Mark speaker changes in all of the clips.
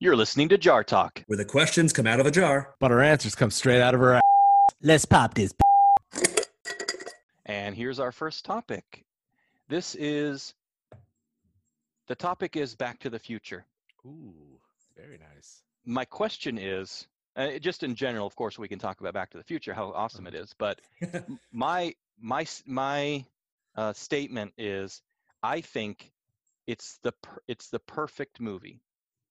Speaker 1: You're listening to Jar Talk.
Speaker 2: where the questions come out of a jar.
Speaker 3: but her answers come straight out of her ass.
Speaker 4: Let's pop this.
Speaker 1: And here's our first topic. This is the topic is Back to the Future.
Speaker 3: Ooh, very nice.
Speaker 1: My question is uh, just in general, of course, we can talk about Back to the Future, how awesome it is. But
Speaker 2: Oh,
Speaker 1: m- my my s- my uh, statement is, I think it's the per- it's the perfect movie.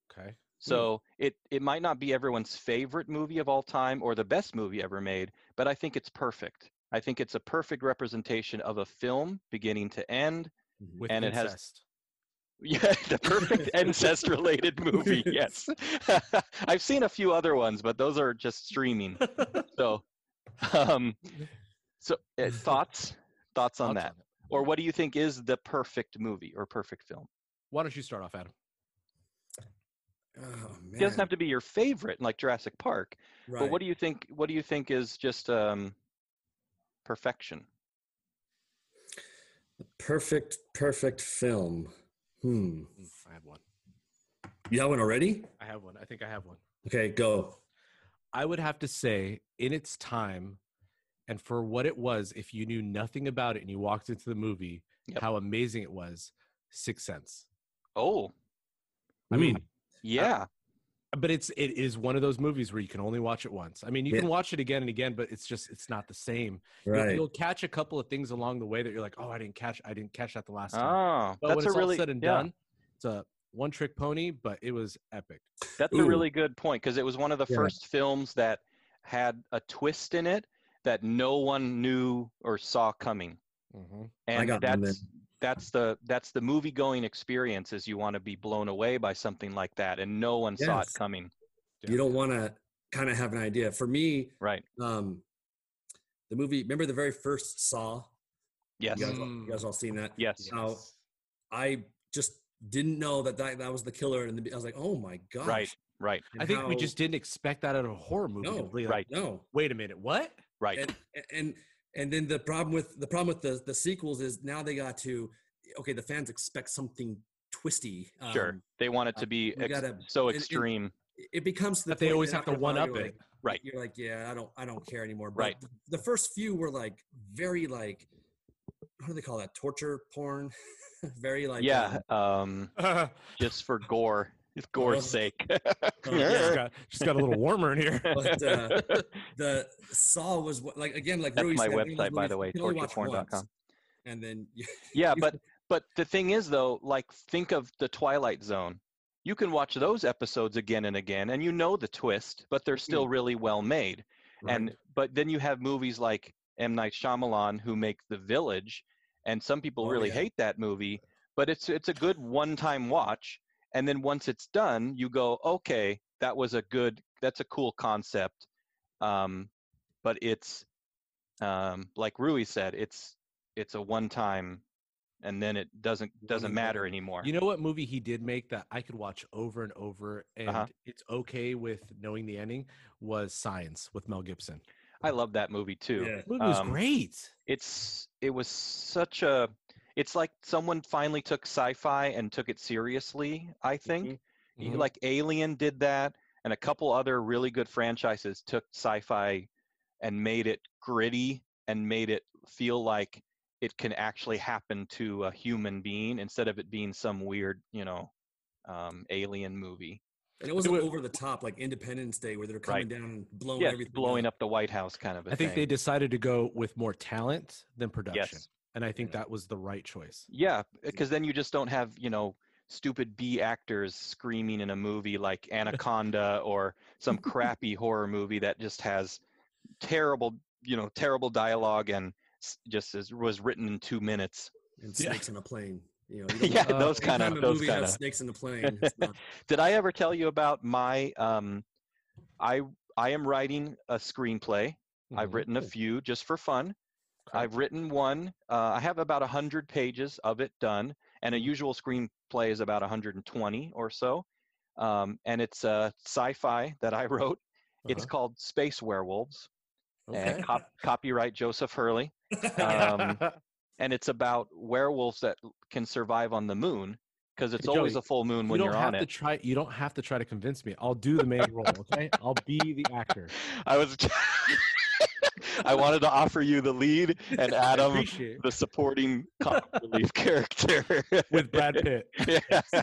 Speaker 3: Okay.
Speaker 1: So it it might not be everyone's favorite movie of all time or the best movie ever made, but I think it's perfect. I think it's a perfect representation of a film beginning to end.
Speaker 3: With
Speaker 1: Mm-hmm. And it has-
Speaker 3: incest.
Speaker 1: Yeah, the perfect incest related movie. Yes. I've seen a few other ones, but those are just streaming. So um so uh, thoughts thoughts on that?
Speaker 3: Thoughts on it.
Speaker 1: Or what do you think is the perfect movie or perfect film?
Speaker 3: Why don't you start off, Adam?
Speaker 2: Oh, man.
Speaker 1: It doesn't have to be your favorite like Jurassic Park,
Speaker 2: right.
Speaker 1: But what do you think? What do you think is just um, perfection?
Speaker 2: perfect, perfect film. Hmm.
Speaker 3: Mm, I have one.
Speaker 2: You have one already?
Speaker 3: I have one. I think I have one.
Speaker 2: Okay, go.
Speaker 3: I would have to say, in its time, and for what it was, if you knew nothing about it and you walked into the movie,
Speaker 1: Yep.
Speaker 3: how amazing it was. Sixth Sense.
Speaker 1: Oh, Mm.
Speaker 3: I mean,
Speaker 1: yeah,
Speaker 3: but it's it is one of those movies where you can only watch it once. I mean, you
Speaker 2: Yeah.
Speaker 3: can watch it again and again, but it's just it's not the same. You'll-
Speaker 2: right.
Speaker 3: You'll, catch a couple of things along the way that you're like, oh, I didn't catch, I didn't catch that the last time.
Speaker 1: oh,
Speaker 3: but
Speaker 1: that's
Speaker 3: when
Speaker 1: a
Speaker 3: it's
Speaker 1: really
Speaker 3: all said and
Speaker 1: yeah,
Speaker 3: done, it's a one trick pony, but it was epic.
Speaker 1: That's a
Speaker 2: Ooh.
Speaker 1: really good point because it was one of the
Speaker 2: Yeah.
Speaker 1: first films that had a twist in it that no one knew or saw coming, and
Speaker 2: got one then.
Speaker 1: that's that's the that's the movie going experience is you want to be blown away by something like that, and no one saw it
Speaker 2: Yes.
Speaker 1: coming.
Speaker 2: you don't want to kind of have an idea. For me,
Speaker 1: Right?
Speaker 2: um, the movie, remember the very first Saw?
Speaker 1: Yes.
Speaker 2: You guys,
Speaker 3: Mm.
Speaker 2: you guys all seen that?
Speaker 1: Yes.
Speaker 2: Now, I just didn't know that that, that was the killer. And I was like, oh my gosh.
Speaker 1: Right. Right.
Speaker 2: And
Speaker 3: I think we
Speaker 2: how-
Speaker 3: just didn't expect that out of a horror movie.
Speaker 2: No,
Speaker 3: to be like,
Speaker 1: Right.
Speaker 2: No.
Speaker 3: Wait a minute, what?
Speaker 1: Right.
Speaker 2: and and and then the problem with the problem with the the sequels is now they got to okay the fans expect something twisty um,
Speaker 1: sure. They want it to be
Speaker 2: we
Speaker 1: ex-
Speaker 2: gotta-
Speaker 1: so
Speaker 2: and- and-
Speaker 1: extreme.
Speaker 2: it becomes the
Speaker 3: That they
Speaker 2: point
Speaker 3: always
Speaker 2: that
Speaker 3: have to
Speaker 2: after a while
Speaker 3: one-up
Speaker 2: you're
Speaker 3: it.
Speaker 2: like-
Speaker 1: Right.
Speaker 2: you're like yeah i don't i don't care anymore but
Speaker 1: Right.
Speaker 2: the, the first few were like very like what do they call that torture porn very like
Speaker 1: yeah, um,
Speaker 3: Uh,
Speaker 1: just for gore, it's gore's
Speaker 2: Oh.
Speaker 1: sake.
Speaker 2: um,
Speaker 3: just, got, just got a little warmer in here.
Speaker 2: but uh, the saw was what like again like
Speaker 1: That's
Speaker 2: Rui
Speaker 1: my
Speaker 2: said, one of those
Speaker 1: website, by the way,
Speaker 2: movies you can only watch
Speaker 1: tortureporn.com.
Speaker 2: once, and then you-
Speaker 1: Yeah,
Speaker 2: You-
Speaker 1: but but the thing is though, like think of the Twilight Zone. You can watch those episodes again and again, and you know the twist, but they're
Speaker 2: Mm.
Speaker 1: still really well made. And but then you have movies like M Night Shyamalan who make The Village, and some people
Speaker 2: Oh,
Speaker 1: really
Speaker 2: yeah.
Speaker 1: hate that movie, but it's it's a good one-time watch. And then once it's done, you go, okay, that was a good, that's a cool concept, um, but it's um, like Rui said, it's it's a one-time, and then it doesn't doesn't
Speaker 2: and
Speaker 1: matter anymore.
Speaker 3: You know what movie he did make that I could watch over and over, and
Speaker 1: Uh-huh.
Speaker 3: it's okay with knowing the ending was Science with Mel Gibson.
Speaker 1: I love that movie too.
Speaker 2: yeah.
Speaker 3: The movie was
Speaker 1: Um,
Speaker 3: great.
Speaker 1: it's it was such a it's like someone finally took sci-fi and took it seriously i think Y-
Speaker 3: Mhm.
Speaker 1: like alien did that and a couple other really good franchises took sci-fi and made it gritty and made it feel like it can actually happen to a human being instead of it being some weird you know um, alien movie
Speaker 2: And it wasn't
Speaker 3: wa-
Speaker 2: over the top like Independence Day where they're
Speaker 1: Right.
Speaker 2: coming down and blowing
Speaker 1: yeah
Speaker 2: everything
Speaker 1: blowing up the white house kind of a
Speaker 3: Oh, I think they
Speaker 1: thing.
Speaker 3: decided to go with more talent than production,
Speaker 1: yes Mm-hmm.
Speaker 3: and I think
Speaker 2: Yeah.
Speaker 3: that was the right choice.
Speaker 1: Yeah, because then you just don't have you know stupid B actors screaming in a movie like Anaconda or some crappy horror movie that just has terrible you know terrible dialogue and s- just is, was written in two minutes.
Speaker 2: and
Speaker 3: Yeah.
Speaker 2: snakes in a plane. You know, you don't-
Speaker 1: yeah,
Speaker 3: Uh,
Speaker 1: those
Speaker 2: every
Speaker 1: kind
Speaker 2: time
Speaker 1: of
Speaker 2: a
Speaker 1: those
Speaker 2: movie has
Speaker 1: kind of.
Speaker 2: snakes in a plane. It's not,
Speaker 1: Did I ever tell you about my um, I I am writing a screenplay. I've
Speaker 3: Mhm.
Speaker 1: written a few just for fun. I've written one. Uh, I have about 100 pages of it done, and a
Speaker 3: Mm-hmm.
Speaker 1: usual screenplay is about 120 or so. Um, and it's a sci fi that I wrote. It's
Speaker 3: Uh-huh.
Speaker 1: called Space Werewolves,
Speaker 3: Okay.
Speaker 1: and cop- copyright Joseph Hurley. Um, and it's about werewolves that l- can survive on the moon. because it's
Speaker 3: Hey,
Speaker 1: always
Speaker 3: Joey,
Speaker 1: a full moon
Speaker 3: You
Speaker 1: when
Speaker 3: don't
Speaker 1: you're on
Speaker 3: have to
Speaker 1: it.
Speaker 3: try. You don't have to try to convince me. I'll do the main role. Okay, I'll be the actor.
Speaker 1: I was. I wanted to offer you the lead and
Speaker 3: I
Speaker 1: Adam
Speaker 3: appreciate it.
Speaker 1: the supporting comic relief character.
Speaker 3: with Brad Pitt.
Speaker 1: Yeah.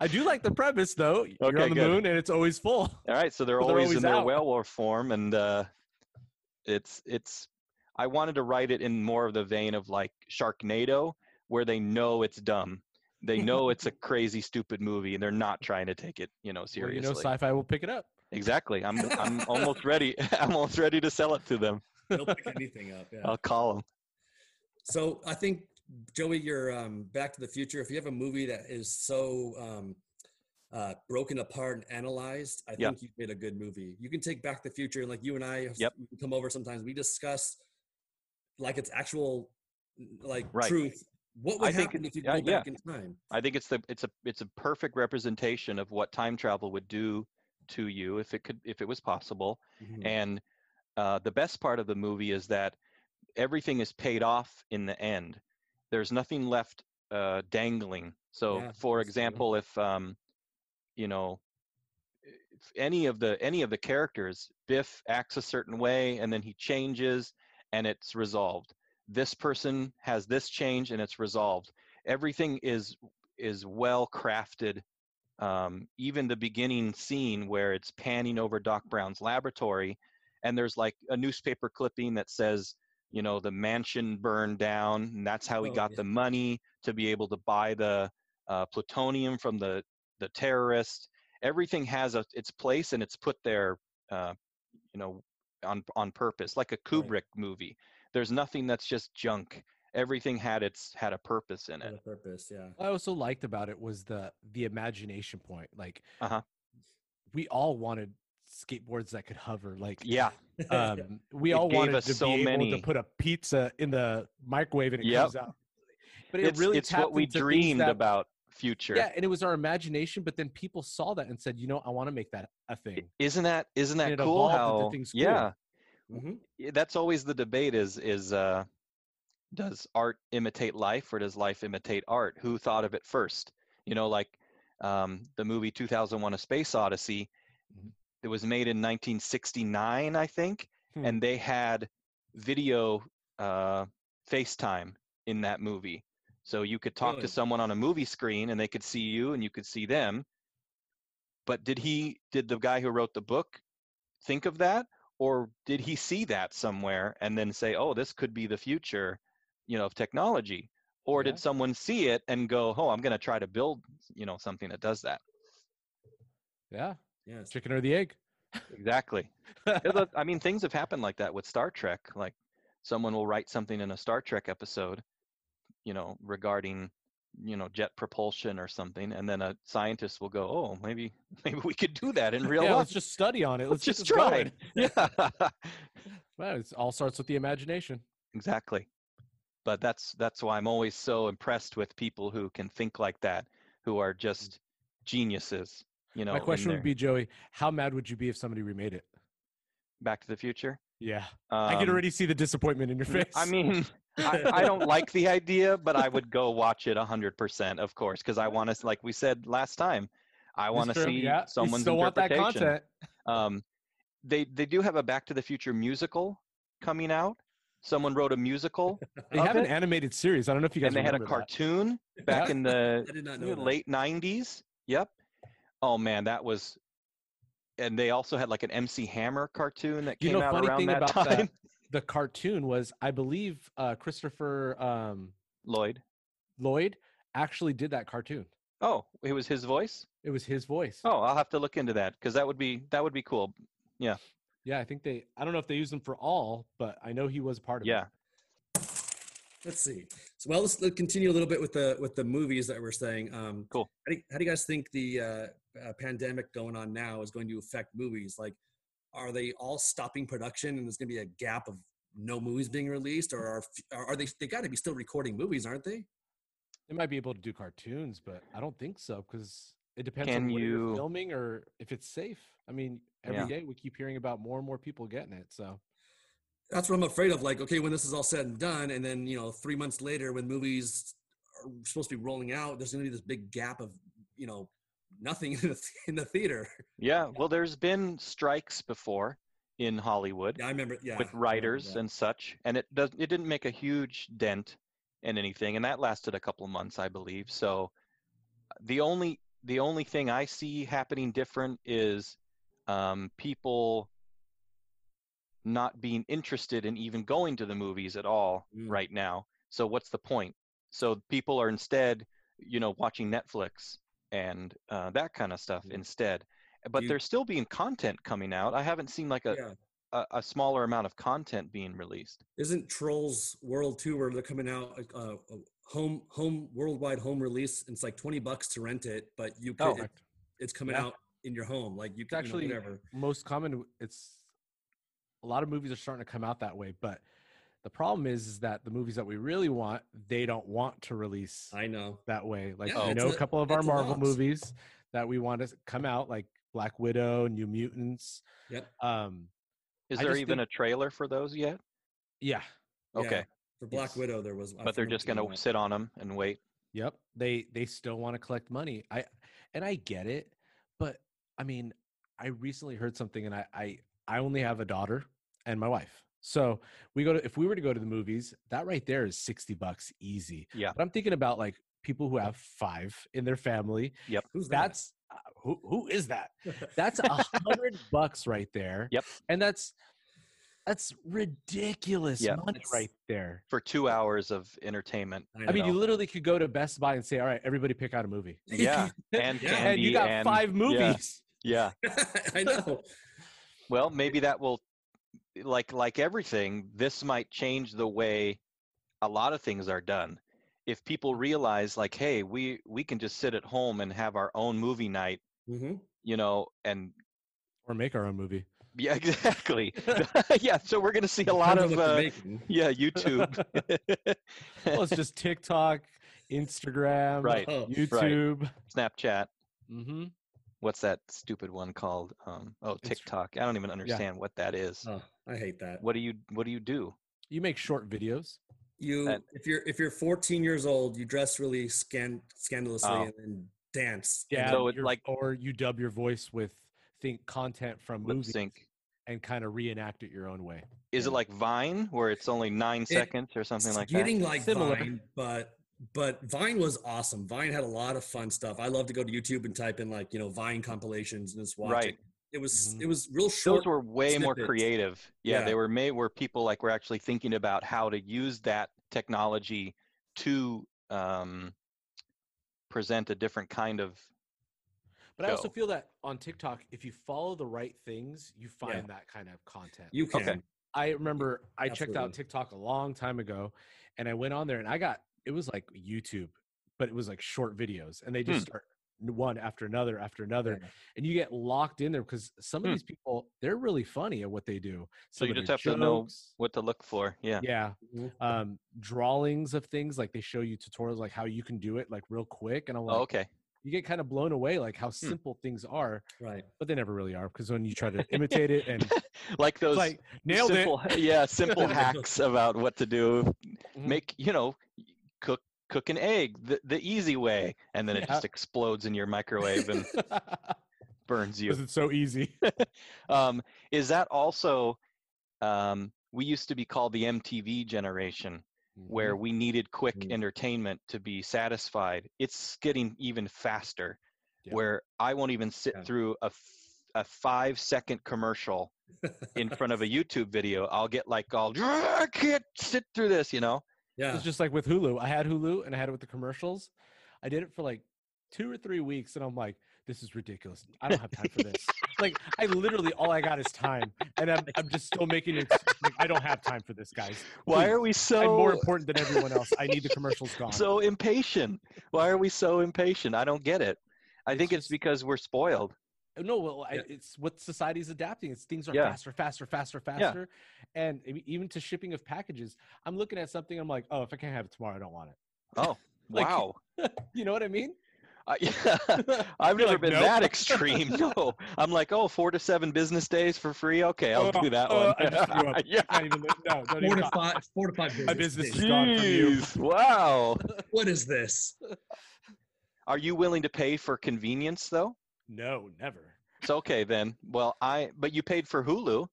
Speaker 3: I do like the premise though. You're
Speaker 1: Okay,
Speaker 3: on the
Speaker 1: good.
Speaker 3: moon and it's always full.
Speaker 1: All right, so they're,
Speaker 3: But they're
Speaker 1: always, in
Speaker 3: always
Speaker 1: their
Speaker 3: out.
Speaker 1: whale form, and uh, it's it's. I wanted to write it in more of the vein of like Sharknado, where they know it's dumb, they know it's a crazy, stupid movie, and they're not trying to take it, you know,
Speaker 3: Well,
Speaker 1: seriously.
Speaker 3: you know, sci-fi will pick it up.
Speaker 1: exactly. I'm I'm almost ready. I'm almost ready to sell it to them.
Speaker 2: They'll pick anything up. Yeah.
Speaker 1: I'll call them.
Speaker 2: So I think Joey, your um, Back to the Future. If you have a movie that is so um, uh, broken apart and analyzed, I
Speaker 1: Yeah.
Speaker 2: think you've made a good movie. You can take Back to the Future, and like you and I, have-
Speaker 1: Yep.
Speaker 2: we can come over sometimes. We discuss like it's actual, like
Speaker 1: Right.
Speaker 2: truth. What would
Speaker 1: I think
Speaker 2: happen
Speaker 1: it-
Speaker 2: if you
Speaker 1: yeah,
Speaker 2: go
Speaker 1: yeah.
Speaker 2: back in time?
Speaker 1: I think it's the it's a it's a perfect representation of what time travel would do to you if it could if it was possible.
Speaker 2: Mhm.
Speaker 1: And uh, the best part of the movie is that everything is paid off in the end. There's nothing left uh, dangling. So, for
Speaker 2: Yeah, that's true.
Speaker 1: example, if um, you know if any of the any of the characters, Biff acts a certain way, and then he changes, and it's resolved. This person has this change, and it's resolved. Everything is is well crafted um, even the beginning scene where it's panning over Doc Brown's laboratory, and there's like a newspaper clipping that says, you know, the mansion burned down, and that's how he
Speaker 2: Oh,
Speaker 1: got
Speaker 2: yeah.
Speaker 1: the money to be able to buy the uh, plutonium from the the terrorist. Everything has a, its place, and it's put there, uh, you know, on on purpose, like a
Speaker 2: Right.
Speaker 1: Kubrick movie. There's nothing that's just junk. Everything had its had a purpose in
Speaker 2: For
Speaker 1: it.
Speaker 2: the purpose, yeah.
Speaker 3: What I also liked about it was the the imagination point. Like,
Speaker 1: Uh-huh.
Speaker 3: we all wanted skateboards that could hover. Like,
Speaker 1: Yeah,
Speaker 3: um, we
Speaker 1: It
Speaker 3: all
Speaker 1: gave
Speaker 3: wanted
Speaker 1: us
Speaker 3: to
Speaker 1: so
Speaker 3: be able to
Speaker 1: many.
Speaker 3: put a pizza in the microwave and it
Speaker 1: Yep.
Speaker 3: comes out. But it
Speaker 1: it's,
Speaker 3: really
Speaker 1: it's what
Speaker 3: tapped
Speaker 1: we
Speaker 3: into things
Speaker 1: dreamed
Speaker 3: that-
Speaker 1: about future.
Speaker 3: Yeah, and it was our imagination. But then people saw that and said, "You know, I want to make that a
Speaker 1: I-
Speaker 3: thing."
Speaker 1: isn't that isn't that
Speaker 3: And it
Speaker 1: cool
Speaker 3: evolved into
Speaker 1: how
Speaker 3: things cool.
Speaker 1: yeah
Speaker 2: Mhm.
Speaker 1: y- that's always the debate is is uh does art imitate life or does life imitate art who thought of it first you know like um the movie 2001 a space odyssey
Speaker 3: Mhm.
Speaker 1: it was made in 1969 i think
Speaker 3: Hmm.
Speaker 1: and they had video uh facetime in that movie so you could talk
Speaker 2: Really?
Speaker 1: to someone on a movie screen and they could see you and you could see them but did he did the guy who wrote the book think of that or did he see that somewhere and then say oh this could be the future you know of technology or
Speaker 3: Yeah.
Speaker 1: did someone see it and go oh i'm going to try to build you know something that does that
Speaker 3: Yeah,
Speaker 2: Yeah. it's-
Speaker 3: chicken or the egg.
Speaker 1: exactly Yeah, look, i mean things have happened like that with star trek like someone will write something in a star trek episode you know regarding you know jet propulsion or something and then a scientist will go oh maybe maybe we could do that in real
Speaker 3: yeah,
Speaker 1: life
Speaker 3: let's just study on it. Let's, get
Speaker 1: just
Speaker 3: this
Speaker 1: try
Speaker 3: going.
Speaker 1: it. yeah
Speaker 3: Well, it all starts with the imagination.
Speaker 1: Exactly. But that's that's why I'm always so impressed with people who can think like that, who are just geniuses. You know,
Speaker 3: My
Speaker 1: in
Speaker 3: question
Speaker 1: their-
Speaker 3: would be, Joey, how mad would you be if somebody remade it?
Speaker 1: Back to the Future.
Speaker 3: Yeah, I can
Speaker 1: Um,
Speaker 3: already see the disappointment in your face.
Speaker 1: I mean, I, I don't like the idea, but I would go watch it 100%, of course, because I want to, like we said last time, I want to see someone's
Speaker 3: still want that
Speaker 1: interpretation.
Speaker 3: content.
Speaker 1: Um, they they do have a Back to the Future musical coming out. Someone wrote a musical,
Speaker 3: They
Speaker 1: of
Speaker 3: have an
Speaker 1: it,
Speaker 3: animated series. I don't know if you guys
Speaker 1: and they had a
Speaker 3: remember that.
Speaker 1: cartoon back
Speaker 3: Yeah.
Speaker 1: in the
Speaker 2: I did not know.
Speaker 1: Ooh,
Speaker 2: that.
Speaker 1: late 90s yep oh man that was and they also had like an mc hammer cartoon that
Speaker 3: You
Speaker 1: came
Speaker 3: know,
Speaker 1: out
Speaker 3: funny
Speaker 1: around
Speaker 3: thing
Speaker 1: that
Speaker 3: about
Speaker 1: time
Speaker 3: that, the cartoon was, I believe, uh, Christopher um,
Speaker 1: lloyd
Speaker 3: Lloyd actually did that cartoon.
Speaker 1: oh it was his voice
Speaker 3: It was his voice.
Speaker 1: oh i'll have to look into that because that would be that would be cool
Speaker 3: Yeah, I think they. I don't know if they used him for all, but I know he was a part of
Speaker 1: yeah
Speaker 3: it.
Speaker 2: let's see. So well, let's, let's continue a little bit with the with the movies that we're saying. Um,
Speaker 1: Cool.
Speaker 2: How do, you, how do you guys think the uh, uh, pandemic going on now is going to affect movies? Like, are they all stopping production and there's going to be a gap of no movies being released, or are f- are are they? They got to be still recording movies, aren't they?
Speaker 3: They might be able to do cartoons, but I don't think so because it depends
Speaker 1: Can
Speaker 3: on where you're
Speaker 1: you-
Speaker 3: filming or if it's safe. I mean, every
Speaker 1: Yeah.
Speaker 3: day we keep hearing about more and more people getting it. So
Speaker 2: That's what I'm afraid of. Like, okay, when this is all said and done, and then you know, three months later, when movies are supposed to be rolling out, there's going to be this big gap of you know nothing in the, th- in the theater.
Speaker 1: Yeah, well, there's been strikes before in Hollywood
Speaker 2: Yeah, I remember. Yeah,
Speaker 1: with writers and such, and it does it didn't make a huge dent in anything, and that lasted a couple of months, I believe. So the only the only thing I see happening different is um, people not being interested in even going to the movies at all right
Speaker 2: Mm.
Speaker 1: now. So what's the point? So people are instead, you know, watching Netflix and uh, that kind of stuff
Speaker 3: Mm-hmm.
Speaker 2: Mhm.
Speaker 1: instead. eh, But
Speaker 2: You-
Speaker 1: there's still being content coming out. I haven't seen like a,
Speaker 2: yeah.
Speaker 1: a, a smaller amount of content being released.
Speaker 2: Isn't Trolls World Two where they're coming out uh, uh, home home worldwide home release? And it's like twenty bucks to rent it, but you could,
Speaker 1: Oh.
Speaker 2: it- it's coming
Speaker 3: Yeah.
Speaker 2: out in your home. Like you
Speaker 3: It's
Speaker 2: can
Speaker 3: actually
Speaker 2: you know, whatever.
Speaker 3: most common it's a lot of movies are starting to come out that way but the problem is is that the movies that we really want they don't want to release
Speaker 2: I know.
Speaker 3: that way like
Speaker 2: Yeah,
Speaker 3: i
Speaker 2: it's
Speaker 3: know a,
Speaker 2: a-
Speaker 3: couple of our
Speaker 2: it's a
Speaker 3: marvel
Speaker 2: loss.
Speaker 3: movies that we want to come out like black widow new mutants
Speaker 2: Yep.
Speaker 3: um
Speaker 1: Is
Speaker 3: I
Speaker 1: there
Speaker 3: just
Speaker 1: even
Speaker 3: think-
Speaker 1: a trailer for those yet?
Speaker 3: yeah
Speaker 2: Yeah,
Speaker 1: Okay,
Speaker 2: For Black
Speaker 3: Yes.
Speaker 2: Widow, there was. I
Speaker 1: but they're
Speaker 2: forget
Speaker 1: just
Speaker 2: the
Speaker 1: going
Speaker 2: name
Speaker 1: to
Speaker 2: of it.
Speaker 1: sit on them and wait.
Speaker 3: Yep. They they still want to collect money. I and I get it, but I mean, I recently heard something and I I I only have a daughter and my wife. So we go to if we were to go to the movies, that right there is 60 bucks easy.
Speaker 1: Yeah.
Speaker 3: But I'm thinking about like people who have five in their family.
Speaker 2: Who's that?
Speaker 3: That's uh, who who is that? That's a hundred bucks right there.
Speaker 1: Yep.
Speaker 3: And that's that's ridiculous
Speaker 1: Yeah.
Speaker 3: money
Speaker 2: It's-
Speaker 3: right there.
Speaker 1: for two hours of entertainment.
Speaker 3: I mean,
Speaker 1: know.
Speaker 3: you literally could go to Best Buy and say, "All right, everybody pick out a movie."
Speaker 1: Yeah, and
Speaker 2: Yeah.
Speaker 1: candy.
Speaker 3: and you got
Speaker 1: and-
Speaker 3: five movies.
Speaker 1: Yeah,
Speaker 2: I know.
Speaker 1: Well, maybe that will, like like everything, this might change the way a lot of things are done. If people realize, like, hey, we we can just sit at home and have our own movie night,
Speaker 2: hmm
Speaker 1: you know, and
Speaker 3: Or make our own movie.
Speaker 1: yeah, exactly, yeah. So we're gonna see a lot
Speaker 2: Depends
Speaker 1: of
Speaker 2: on what you're
Speaker 1: uh,
Speaker 2: making.
Speaker 1: yeah, YouTube,
Speaker 3: well, it's just TikTok, Instagram,
Speaker 1: Right,
Speaker 2: Oh,
Speaker 3: YouTube.
Speaker 1: Snapchat.
Speaker 3: Mm-hmm.
Speaker 1: What's that stupid one called? Um, oh,
Speaker 3: Inst-
Speaker 1: TikTok. I don't even understand what that is.
Speaker 2: oh, I hate that.
Speaker 1: What do you What do you do?
Speaker 3: You make short videos.
Speaker 2: You,
Speaker 1: That-
Speaker 2: if you're if you're 14 years old, you dress really scan, scandalously
Speaker 1: Oh.
Speaker 2: and then dance.
Speaker 3: Yeah.
Speaker 1: so it, like-
Speaker 3: or you dub your voice with think content from
Speaker 1: Lip
Speaker 3: movies
Speaker 1: sync.
Speaker 3: and kind of reenact it your own way.
Speaker 1: Is it
Speaker 3: Yeah.
Speaker 1: like Vine, where it's only nine seconds or something
Speaker 2: It's
Speaker 1: like that?
Speaker 2: getting like
Speaker 3: Similar.
Speaker 2: Vine, but but Vine was awesome. Vine had a lot of fun stuff. I love to go to YouTube and type in like you know Vine compilations and just watch
Speaker 1: Right. Mm-hmm.
Speaker 2: it. It was
Speaker 3: Mhm.
Speaker 2: it was real
Speaker 1: Those
Speaker 2: short.
Speaker 1: were way more
Speaker 2: snippets.
Speaker 1: creative. Yeah,
Speaker 2: Yeah.
Speaker 1: they were made where people like were actually thinking about how to use that technology to um, present a different kind of.
Speaker 3: But I also
Speaker 1: Go.
Speaker 3: feel that on TikTok, if you follow the right things, you find that kind of content.
Speaker 2: you can.
Speaker 1: Okay.
Speaker 3: I remember I checked out
Speaker 2: Absolutely.
Speaker 3: TikTok a long time ago and I went on there and I got it was like YouTube, but it was like short videos and they just
Speaker 1: Hmm.
Speaker 3: start one after another after another
Speaker 2: Yeah.
Speaker 3: and you get locked in there because some of
Speaker 1: Hmm.
Speaker 3: these people they're really funny at what they do.
Speaker 1: So
Speaker 3: Some
Speaker 1: you
Speaker 3: of
Speaker 1: just
Speaker 3: their
Speaker 1: have to know
Speaker 3: jokes,
Speaker 1: what to look for. Yeah.
Speaker 3: yeah,
Speaker 2: Mhm.
Speaker 3: um, drawings of things like they show you tutorials like how you can do it like real quick and I'm like
Speaker 1: Oh, okay. Hmm.
Speaker 3: you get kind of blown away like how simple things are,
Speaker 2: Right.
Speaker 3: but they never really are because when you try to imitate it and it's
Speaker 1: Like those
Speaker 3: like nailed it,
Speaker 1: simple, yeah, simple hacks about what to do.
Speaker 3: Mhm.
Speaker 1: Make you know, cook cook an egg the, the easy way, and then
Speaker 3: Yeah.
Speaker 1: it just explodes in your microwave and burns you.
Speaker 3: because it's so easy.
Speaker 1: um, is that also um, we used to be called the MTV generation,
Speaker 3: Mm-hmm.
Speaker 1: where we needed quick
Speaker 2: Mm.
Speaker 1: entertainment to be satisfied. It's getting even faster,
Speaker 3: Yeah.
Speaker 1: where I won't even sit
Speaker 2: Yeah.
Speaker 1: through a f- a five second commercial in front of a YouTube video. I'll get like all I can't sit through this, you know.
Speaker 2: Yeah.
Speaker 3: It's just like with Hulu. I had Hulu and I had it with the commercials. I did it for like two or three weeks, and I'm like, this is ridiculous. I don't have time for this. like, I literally all I got is time, and I'm, I'm just still making it. Like, I don't have time for this, guys.
Speaker 1: Why
Speaker 3: Please,
Speaker 1: are we
Speaker 3: I'm more
Speaker 1: so
Speaker 3: important than everyone else. I need the commercials gone.
Speaker 1: so impatient? Why are we so impatient? I don't get it. I think it's
Speaker 3: just-
Speaker 1: because we're spoiled.
Speaker 3: no, well, I,
Speaker 2: Yeah.
Speaker 3: it's what society's adapting. It's things are
Speaker 1: Yeah.
Speaker 3: faster, faster, faster, faster, and I mean, even to shipping of packages. I'm looking at something. I'm like, oh, if I can't have it tomorrow, I don't want it.
Speaker 1: Oh,
Speaker 3: Like-
Speaker 1: wow.
Speaker 3: You know what I mean?
Speaker 1: I, I've never been
Speaker 3: nope.
Speaker 1: that extreme. No, I'm like, oh, four to seven business days for free. Okay, I'll
Speaker 3: Oh,
Speaker 1: do that
Speaker 3: oh,
Speaker 1: one.
Speaker 3: I just threw up.
Speaker 1: yeah.
Speaker 3: Not even, no, don't
Speaker 2: Four
Speaker 3: even.
Speaker 2: to five, four to five
Speaker 3: My
Speaker 2: business
Speaker 3: business
Speaker 2: days.
Speaker 3: is gone from you.
Speaker 1: Jeez, wow.
Speaker 2: What is this?
Speaker 1: Are you willing to pay for convenience though?
Speaker 3: No, never.
Speaker 1: It's okay then. Well, I but you paid for Hulu.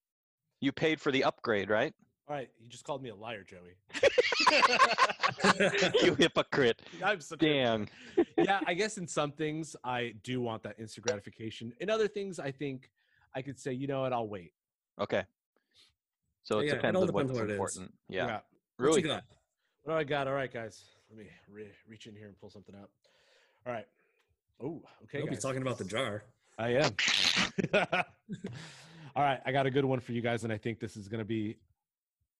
Speaker 1: You paid for the upgrade, right?
Speaker 3: All right, you just called me a liar, Joey.
Speaker 1: you hypocrite.
Speaker 3: I'm such a-
Speaker 1: Damn.
Speaker 3: yeah, I guess in some things I do want that instant gratification. In other things, I think I could say, you know what, I'll wait.
Speaker 1: Okay. So it
Speaker 2: Yeah, it
Speaker 1: depends
Speaker 2: all
Speaker 1: on
Speaker 2: depends
Speaker 1: what's
Speaker 2: on what it is.
Speaker 1: important. Yeah.
Speaker 2: What you
Speaker 1: Really.
Speaker 2: got?
Speaker 3: What do I got? All right, guys. Let me re- reach in here and pull something up. All right. Oh, okay.
Speaker 2: Nobody's
Speaker 3: guys.
Speaker 2: talking about the jar.
Speaker 3: I am. All right, I got a good one for you guys, and I think this is going to be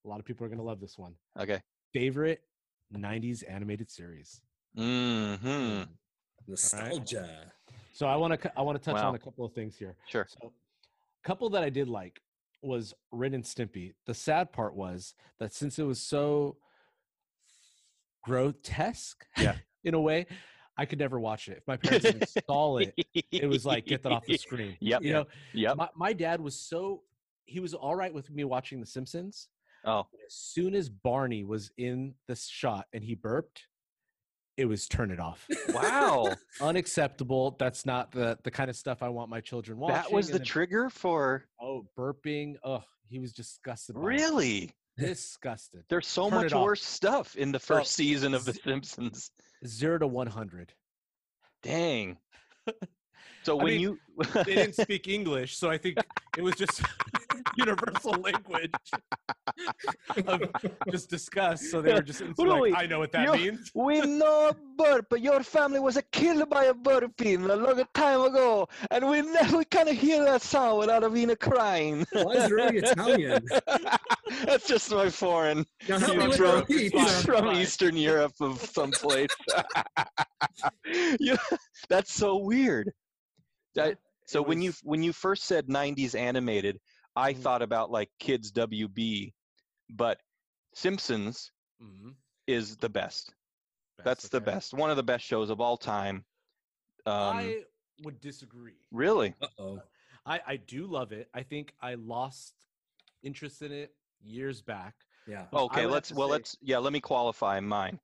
Speaker 3: a lot of people are going to love this one.
Speaker 1: Okay.
Speaker 3: Favorite 90s animated series.
Speaker 1: hmm
Speaker 2: Nostalgia.
Speaker 3: So I want to I want to touch
Speaker 1: Wow.
Speaker 3: on a couple of things here.
Speaker 1: Sure.
Speaker 3: So, couple that I did like was Ren and Stimpy. The sad part was that since it was so grotesque,
Speaker 1: Yeah.
Speaker 3: in a way, I could never watch it. If my parents didn't install it, it was like get that off the screen.
Speaker 1: Yep.
Speaker 3: You know,
Speaker 1: Yep.
Speaker 3: my, my dad was so he was all right with me watching The Simpsons.
Speaker 1: Oh.
Speaker 3: As soon as Barney was in the shot and he burped, it was turn it off.
Speaker 1: Wow.
Speaker 3: Unacceptable. That's not the the kind of stuff I want my children watching.
Speaker 1: that was
Speaker 3: And
Speaker 1: the
Speaker 3: then-
Speaker 1: trigger for
Speaker 3: Oh, burping. Ugh, he was disgusted. by it.
Speaker 1: really.
Speaker 3: Disgusted.
Speaker 1: There's so
Speaker 3: Turn
Speaker 1: much
Speaker 3: it off.
Speaker 1: worse stuff in the
Speaker 3: Well,
Speaker 1: first season of The
Speaker 3: z-
Speaker 1: Simpsons.
Speaker 3: Zero to 100.
Speaker 1: Dang. So
Speaker 3: I
Speaker 1: when
Speaker 3: mean,
Speaker 1: you
Speaker 3: They didn't speak English, so I think it was just universal language of just disgust. So they were just instantly
Speaker 1: Really?
Speaker 3: like, I know what that
Speaker 1: You're-
Speaker 3: means.
Speaker 1: We know bird, but your family was killed by a burping a long time ago, and we ne- we can't hear that sound without Avina crying.
Speaker 2: Why is it really Italian?
Speaker 1: That's just my foreign.
Speaker 2: Now help me
Speaker 1: He's
Speaker 2: with
Speaker 1: from,
Speaker 2: the
Speaker 3: Europe,
Speaker 2: pizza.
Speaker 1: he's from
Speaker 3: Fine.
Speaker 1: Eastern Europe of someplace. you, that's so weird. That-
Speaker 3: Yeah,
Speaker 1: so when you
Speaker 3: was-
Speaker 1: when you first said '90s animated, I
Speaker 3: Mhm.
Speaker 1: thought about like kids WB, but Simpsons
Speaker 3: Mhm.
Speaker 1: is the best. That's the
Speaker 3: okay.
Speaker 1: best. One of the best shows of all time. Um,
Speaker 3: I would disagree.
Speaker 1: really?
Speaker 2: Uh-oh.
Speaker 3: I, I do love it. I think I lost interest in it years back.
Speaker 2: Yeah.
Speaker 3: But I
Speaker 1: okay,
Speaker 3: would have
Speaker 1: let's.
Speaker 3: to
Speaker 1: Well,
Speaker 3: say-
Speaker 1: let's. Yeah, let me qualify mine.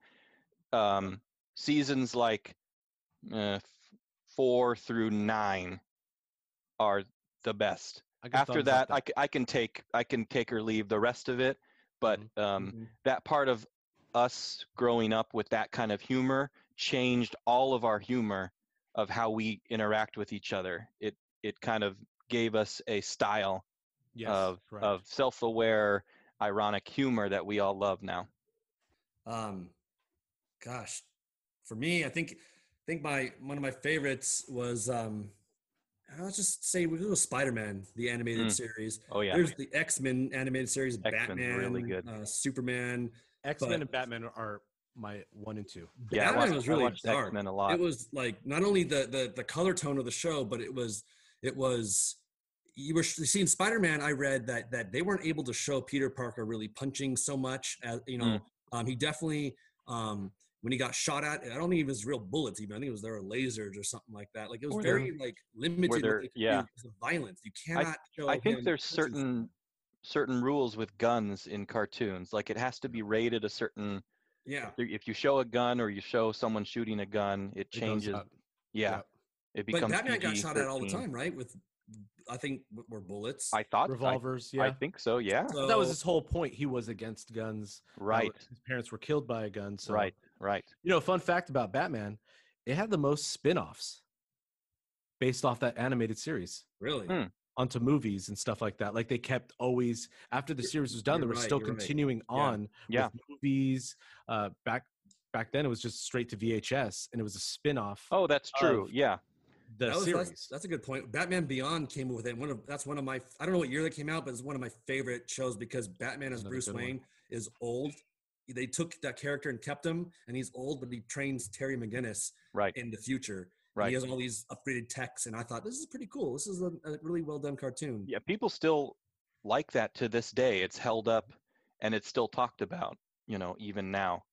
Speaker 1: Um, seasons like uh, f- four through nine are the best.
Speaker 3: I can
Speaker 1: After
Speaker 3: thumbs
Speaker 1: that,
Speaker 3: up
Speaker 1: I, c- I can take I can take or leave the rest of it. But
Speaker 3: Mm-hmm,
Speaker 1: um, that part of us growing up with that kind of humor changed all of our humor of how we interact with each other. It it kind of gave us a style
Speaker 3: yes,
Speaker 1: of
Speaker 3: correct.
Speaker 1: of self-aware, ironic humor that we all love now.
Speaker 2: Um, gosh, for me, I think I think my one of my favorites was um, I'll just say it was Spider Man, the animated
Speaker 1: Mm.
Speaker 2: series.
Speaker 1: Oh yeah,
Speaker 2: There's the X Men animated series,
Speaker 1: X-Men's
Speaker 2: Batman,
Speaker 1: really good.
Speaker 2: Uh, Superman.
Speaker 3: X
Speaker 2: but-
Speaker 3: Men and Batman are my one and two.
Speaker 1: yeah. I
Speaker 2: Batman
Speaker 1: watched,
Speaker 2: was
Speaker 1: I
Speaker 2: really
Speaker 1: watched
Speaker 2: dark.
Speaker 1: X-Men a lot.
Speaker 2: It was like not only the the the color tone of the show, but it was it was you were seeing Spider Man. I read that that they weren't able to show Peter Parker really punching so much. As, you know,
Speaker 1: Mm.
Speaker 2: um, he definitely um, when he got shot at, I don't think it was real bullets. Even I think it was there were lasers or something like that. Like it was
Speaker 1: Were there-
Speaker 2: very like limited. what
Speaker 1: there-
Speaker 2: they could
Speaker 1: yeah.
Speaker 2: do because of violence. You cannot show.
Speaker 1: I think
Speaker 2: him
Speaker 1: there's
Speaker 2: punching
Speaker 1: certain certain rules with guns in cartoons. Like it has to be rated a certain.
Speaker 2: Yeah.
Speaker 1: If you show a gun or you show someone shooting a gun, it
Speaker 3: It goes
Speaker 1: changes.
Speaker 3: up.
Speaker 1: Yeah,
Speaker 3: Yep.
Speaker 1: it
Speaker 2: But
Speaker 1: becomes.
Speaker 2: Batman got shot at all the
Speaker 1: PG-13.
Speaker 2: time, right? With I think w- were bullets.
Speaker 1: I thought I-
Speaker 3: Revolvers, yeah.
Speaker 1: I think so. Yeah.
Speaker 2: so,
Speaker 3: that was his whole point. He was against guns. That was-
Speaker 1: Right.
Speaker 3: His parents were killed by a gun. So
Speaker 1: Right. Right.
Speaker 3: You know, fun fact about Batman, it had the most spin-offs based off that animated series
Speaker 2: really.
Speaker 1: Hmm.
Speaker 3: onto movies and stuff like that. Like they kept always after the
Speaker 2: You're-
Speaker 3: series was done, they
Speaker 2: you're
Speaker 3: were
Speaker 2: right,
Speaker 3: still
Speaker 2: you're right.
Speaker 3: continuing
Speaker 2: Yeah.
Speaker 3: on
Speaker 1: Yeah.
Speaker 3: with movies. Uh back back then it was just straight to VHS and it was a spin-off
Speaker 1: Oh, that's true.
Speaker 3: of
Speaker 1: yeah.
Speaker 3: the
Speaker 2: That was-
Speaker 3: series.
Speaker 2: that's, that's a good point. Batman Beyond came with it. One of that's one of my I don't know what year that came out, but it's one of my favorite shows because Batman as
Speaker 3: Another
Speaker 2: Bruce
Speaker 3: good one.
Speaker 2: Wayne is old. They took that character and kept him, and he's old, but he trains Terry McGinnis
Speaker 1: Right.
Speaker 2: in the future. And
Speaker 1: Right.
Speaker 2: He has all these upgraded techs, and I thought this is pretty cool. This is a, a really well done cartoon.
Speaker 1: Yeah. People still like that to this day. It's held up, and it's still talked about. You know, even now,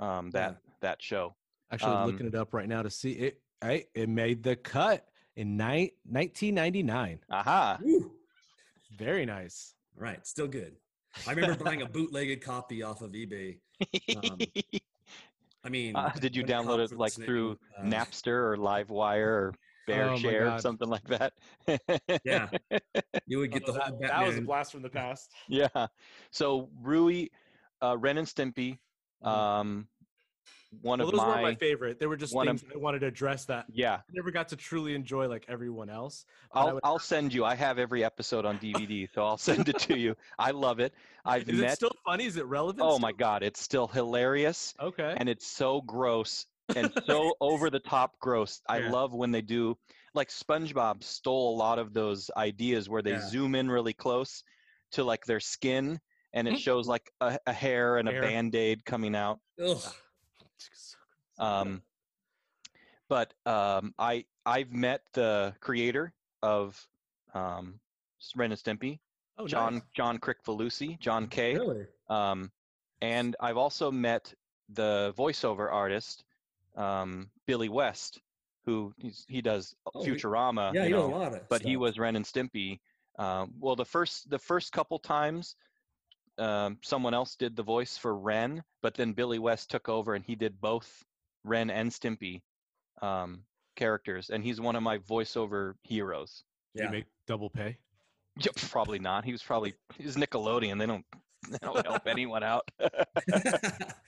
Speaker 1: um, that that show.
Speaker 3: Actually
Speaker 1: Um,
Speaker 3: looking it up right now to see it Hey, it made the cut in ni- 1999.
Speaker 1: Aha.
Speaker 2: Woo.
Speaker 3: Very nice.
Speaker 2: All right, still good. I remember buying a bootlegged copy off of eBay. Um, I mean,
Speaker 1: Uh, did you
Speaker 2: when it
Speaker 1: download
Speaker 2: comes
Speaker 1: it,
Speaker 2: to
Speaker 1: like,
Speaker 2: listening,
Speaker 1: through
Speaker 2: uh,
Speaker 1: Napster or Livewire or
Speaker 3: Oh my
Speaker 1: BearShare or
Speaker 3: God.
Speaker 1: something like that.
Speaker 2: Yeah, you would get the
Speaker 3: Oh, that,
Speaker 2: whole
Speaker 3: that was a
Speaker 2: Batman.
Speaker 3: blast from the past.
Speaker 1: yeah. So Rui, uh, Ren and Stimpy, um, one
Speaker 3: Mm-hmm. Well,
Speaker 1: of
Speaker 3: those
Speaker 1: my,
Speaker 3: were my favorite. There were just
Speaker 1: one of-
Speaker 3: things I wanted to address that
Speaker 1: yeah.
Speaker 3: I never got to truly enjoy like everyone else. but I
Speaker 1: I'll
Speaker 3: would-
Speaker 1: I'll send you. I have every episode on DVD, so I'll send it to you. I love it. I've
Speaker 3: is
Speaker 1: met.
Speaker 3: it still funny? Is it relevant?
Speaker 1: oh my god, it's still hilarious,
Speaker 3: still? Okay.
Speaker 1: and it's so gross and so over the top gross. I
Speaker 2: Yeah.
Speaker 1: love when they do. Like SpongeBob stole a lot of those ideas where they
Speaker 2: Yeah.
Speaker 1: zoom in really close to like their skin, and it
Speaker 3: Mm.
Speaker 1: shows like a, a hair and a
Speaker 3: Hair.
Speaker 1: band aid coming out.
Speaker 2: Ugh.
Speaker 1: Um, but um, I I've met the creator of um, Ren and Stimpy,
Speaker 3: oh,
Speaker 1: John
Speaker 3: nice.
Speaker 1: John Crickfalusi, John Kay,
Speaker 2: Really?
Speaker 1: um, and I've also met the voiceover artist um, Billy West, who he's, he does
Speaker 2: Oh, he-
Speaker 1: Futurama.
Speaker 2: yeah,
Speaker 1: uh, you
Speaker 2: you know
Speaker 1: know,
Speaker 2: a lot of.
Speaker 1: but he
Speaker 2: stuff.
Speaker 1: was Ren and Stimpy. Um, well, the first the first couple times, um, someone else did the voice for Ren, but then Billy West took over and he did both Ren and Stimpy um, characters, and he's one of my voiceover heroes.
Speaker 3: Did
Speaker 2: Yeah.
Speaker 3: you make double pay?
Speaker 1: Yeah, probably not. He was probably he's Nickelodeon. They don't they don't help anyone out.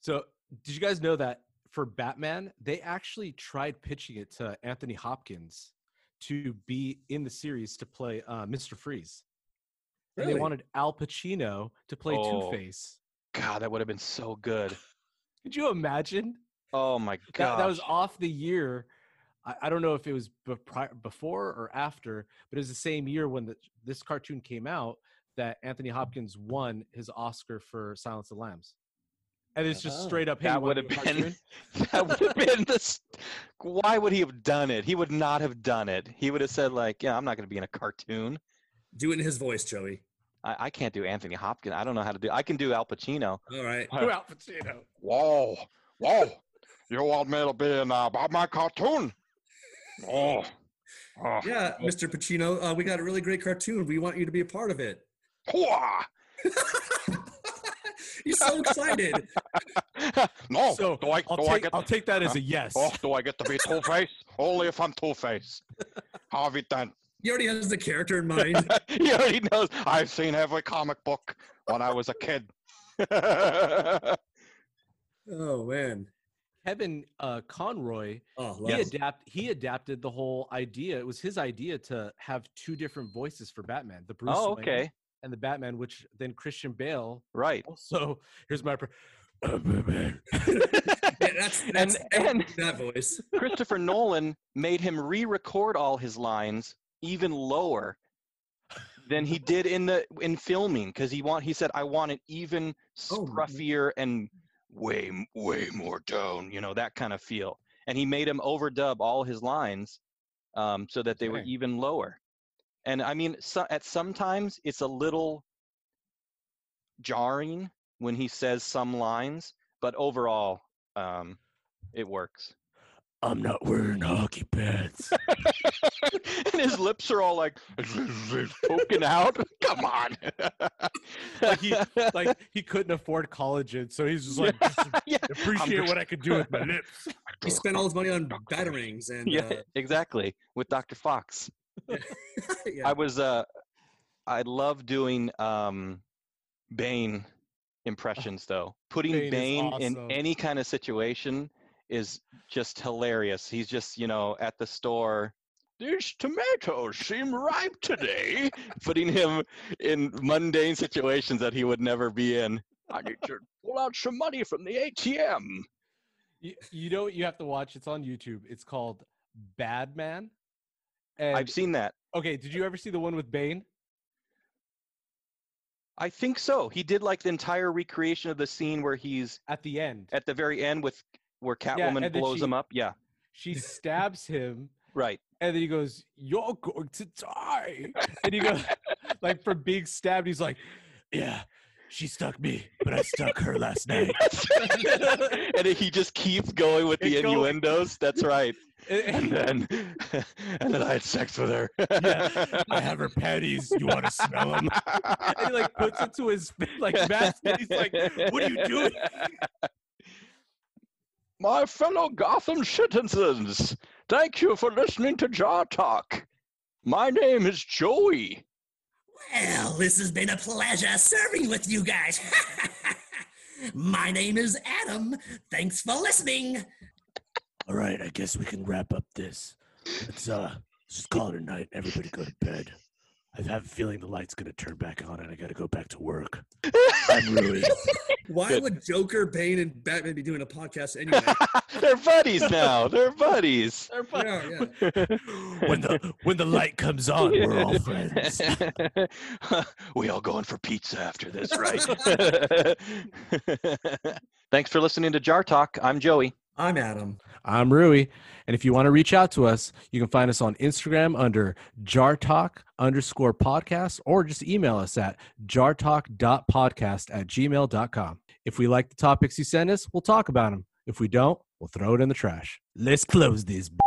Speaker 3: So, did you guys know that for Batman, they actually tried pitching it to Anthony Hopkins to be in the series to play uh, Mr. Freeze? And
Speaker 2: Really?
Speaker 3: they wanted Al Pacino to play
Speaker 1: Oh.
Speaker 3: Two Face.
Speaker 1: God, that would have been so good.
Speaker 3: Could you imagine?
Speaker 1: Oh my
Speaker 3: That,
Speaker 1: god.
Speaker 3: that was off the year. I, I don't know if it was be- pri- before or after, but it was the same year when the, this cartoon came out that Anthony Hopkins won his Oscar for Silence of the Lambs. And it's just
Speaker 2: Oh.
Speaker 3: straight up. Hey,
Speaker 1: That
Speaker 3: you wanna
Speaker 1: would've
Speaker 3: do a
Speaker 1: been-
Speaker 3: cartoon?
Speaker 1: that would have been the. s- Why would he have done it? He would not have done it. He would have said like, "Yeah, I'm not going to be in a cartoon.
Speaker 2: Do it in his voice, Joey.
Speaker 1: I, I can't do Anthony Hopkins. I don't know how to do. I can do Al Pacino.
Speaker 2: All right.
Speaker 1: Huh.
Speaker 3: Al Pacino.
Speaker 1: Whoa, whoa! You want me to be in uh, my cartoon? Oh, oh.
Speaker 2: Yeah, Mr. Pacino, uh, we got a really great cartoon. We want you to be a part of it. He's so excited.
Speaker 1: no,
Speaker 3: So,
Speaker 1: do Oh, I, oh,
Speaker 3: I'll, take, I'll take that as a yes.
Speaker 1: do I get to be Two Face? Only if I'm Two Face. Harvey Dent.
Speaker 2: He already has the character in mind.
Speaker 1: he already knows. I've seen every comic book when I was a kid.
Speaker 2: Oh man.
Speaker 3: Kevin uh, Conroy,
Speaker 2: Oh,
Speaker 3: he,
Speaker 2: love it.
Speaker 3: adapt, he adapted the whole idea. It was his idea to have two different voices for Batman the Bruce
Speaker 1: oh,
Speaker 3: Wayne
Speaker 1: okay.
Speaker 3: and the Batman, which then Christian Bale
Speaker 1: Right.
Speaker 3: also here's my pro-
Speaker 2: Yeah, that's, that's
Speaker 1: and-
Speaker 2: that voice.
Speaker 1: Christopher Nolan made him re-record all his lines even lower than he did in the in filming because he want he said I want it even
Speaker 2: Oh, man.
Speaker 1: scruffier and way m- way more down, you know that kind of feel. And he made him overdub all his lines um, so that they were
Speaker 3: Dang.
Speaker 1: even lower. And I mean, so, at sometimes it's a little jarring when he says some lines, but overall, um, it works.
Speaker 3: I'm not wearing hockey pads.
Speaker 1: and his lips are all like poking out. Come on.
Speaker 3: Like he- like he couldn't afford collagen, so he's just like "Just
Speaker 1: yeah,
Speaker 3: appreciate
Speaker 1: just-
Speaker 3: what I could do with my lips.
Speaker 2: He spent all his money on batarangs and
Speaker 1: yeah,
Speaker 2: uh,
Speaker 1: exactly. With Dr. Fox.
Speaker 2: yeah.
Speaker 1: I was uh I love doing um Bane impressions though. Putting
Speaker 3: Bane
Speaker 1: Bane,
Speaker 3: is awesome.
Speaker 1: in any kind of situation is just hilarious. He's just, you know, at the store these tomatoes seem ripe today. Putting him in mundane situations that he would never be in. I need to pull out some money from the ATM.
Speaker 3: You, you know what you have to watch? It's on YouTube. It's called Bad Man. And
Speaker 1: I've seen that.
Speaker 3: okay, did you ever see the one with Bane?
Speaker 1: I think so. He did like the entire recreation of the scene where he's
Speaker 3: At the end,
Speaker 1: at the very end with where Catwoman
Speaker 3: and then
Speaker 1: blows
Speaker 3: she-
Speaker 1: him up. Yeah,
Speaker 3: she stabs him,
Speaker 1: right.
Speaker 3: and then he goes, "You're going to die." And he goes, like from being stabbed, he's like, "Yeah, she stuck me, but I stuck her last night.
Speaker 1: and he just keeps going with the
Speaker 3: Keep going.
Speaker 1: innuendos. That's right. And
Speaker 3: And-
Speaker 1: then, and then I had sex with her.
Speaker 3: Yeah. I have her panties. You want to smell them? And he like puts it to his like mask. And he's like, "What are you doing?"
Speaker 1: My fellow Gotham citizens, thank you for listening to Jar Talk. My name is Joey.
Speaker 2: Well, this has been a pleasure serving with you guys. My name is Adam. Thanks for listening.
Speaker 3: All right, I guess we can wrap up this. Let's uh, let's just call it a night. Everybody go to bed. I have a feeling the light's gonna turn back on, and I gotta go back to work. I'm ruined.
Speaker 2: Why
Speaker 1: Good.
Speaker 2: would Joker, Bane, and Batman be doing a podcast anyway?
Speaker 1: They're buddies now. They're buddies.
Speaker 2: Yeah, yeah.
Speaker 3: when the when the light comes on, we're all friends.
Speaker 1: we all going for pizza after this, right? Thanks for listening to Jar Talk. I'm Joey.
Speaker 2: I'm Adam.
Speaker 3: I'm Rui, and if you want to reach out to us, you can find us on Instagram under jartalk underscore podcast, or just email us at jartalk.podcast at gmail.com. If we like the topics you send us, we'll talk about them. If we don't, we'll throw it in the trash. Let's close this. b-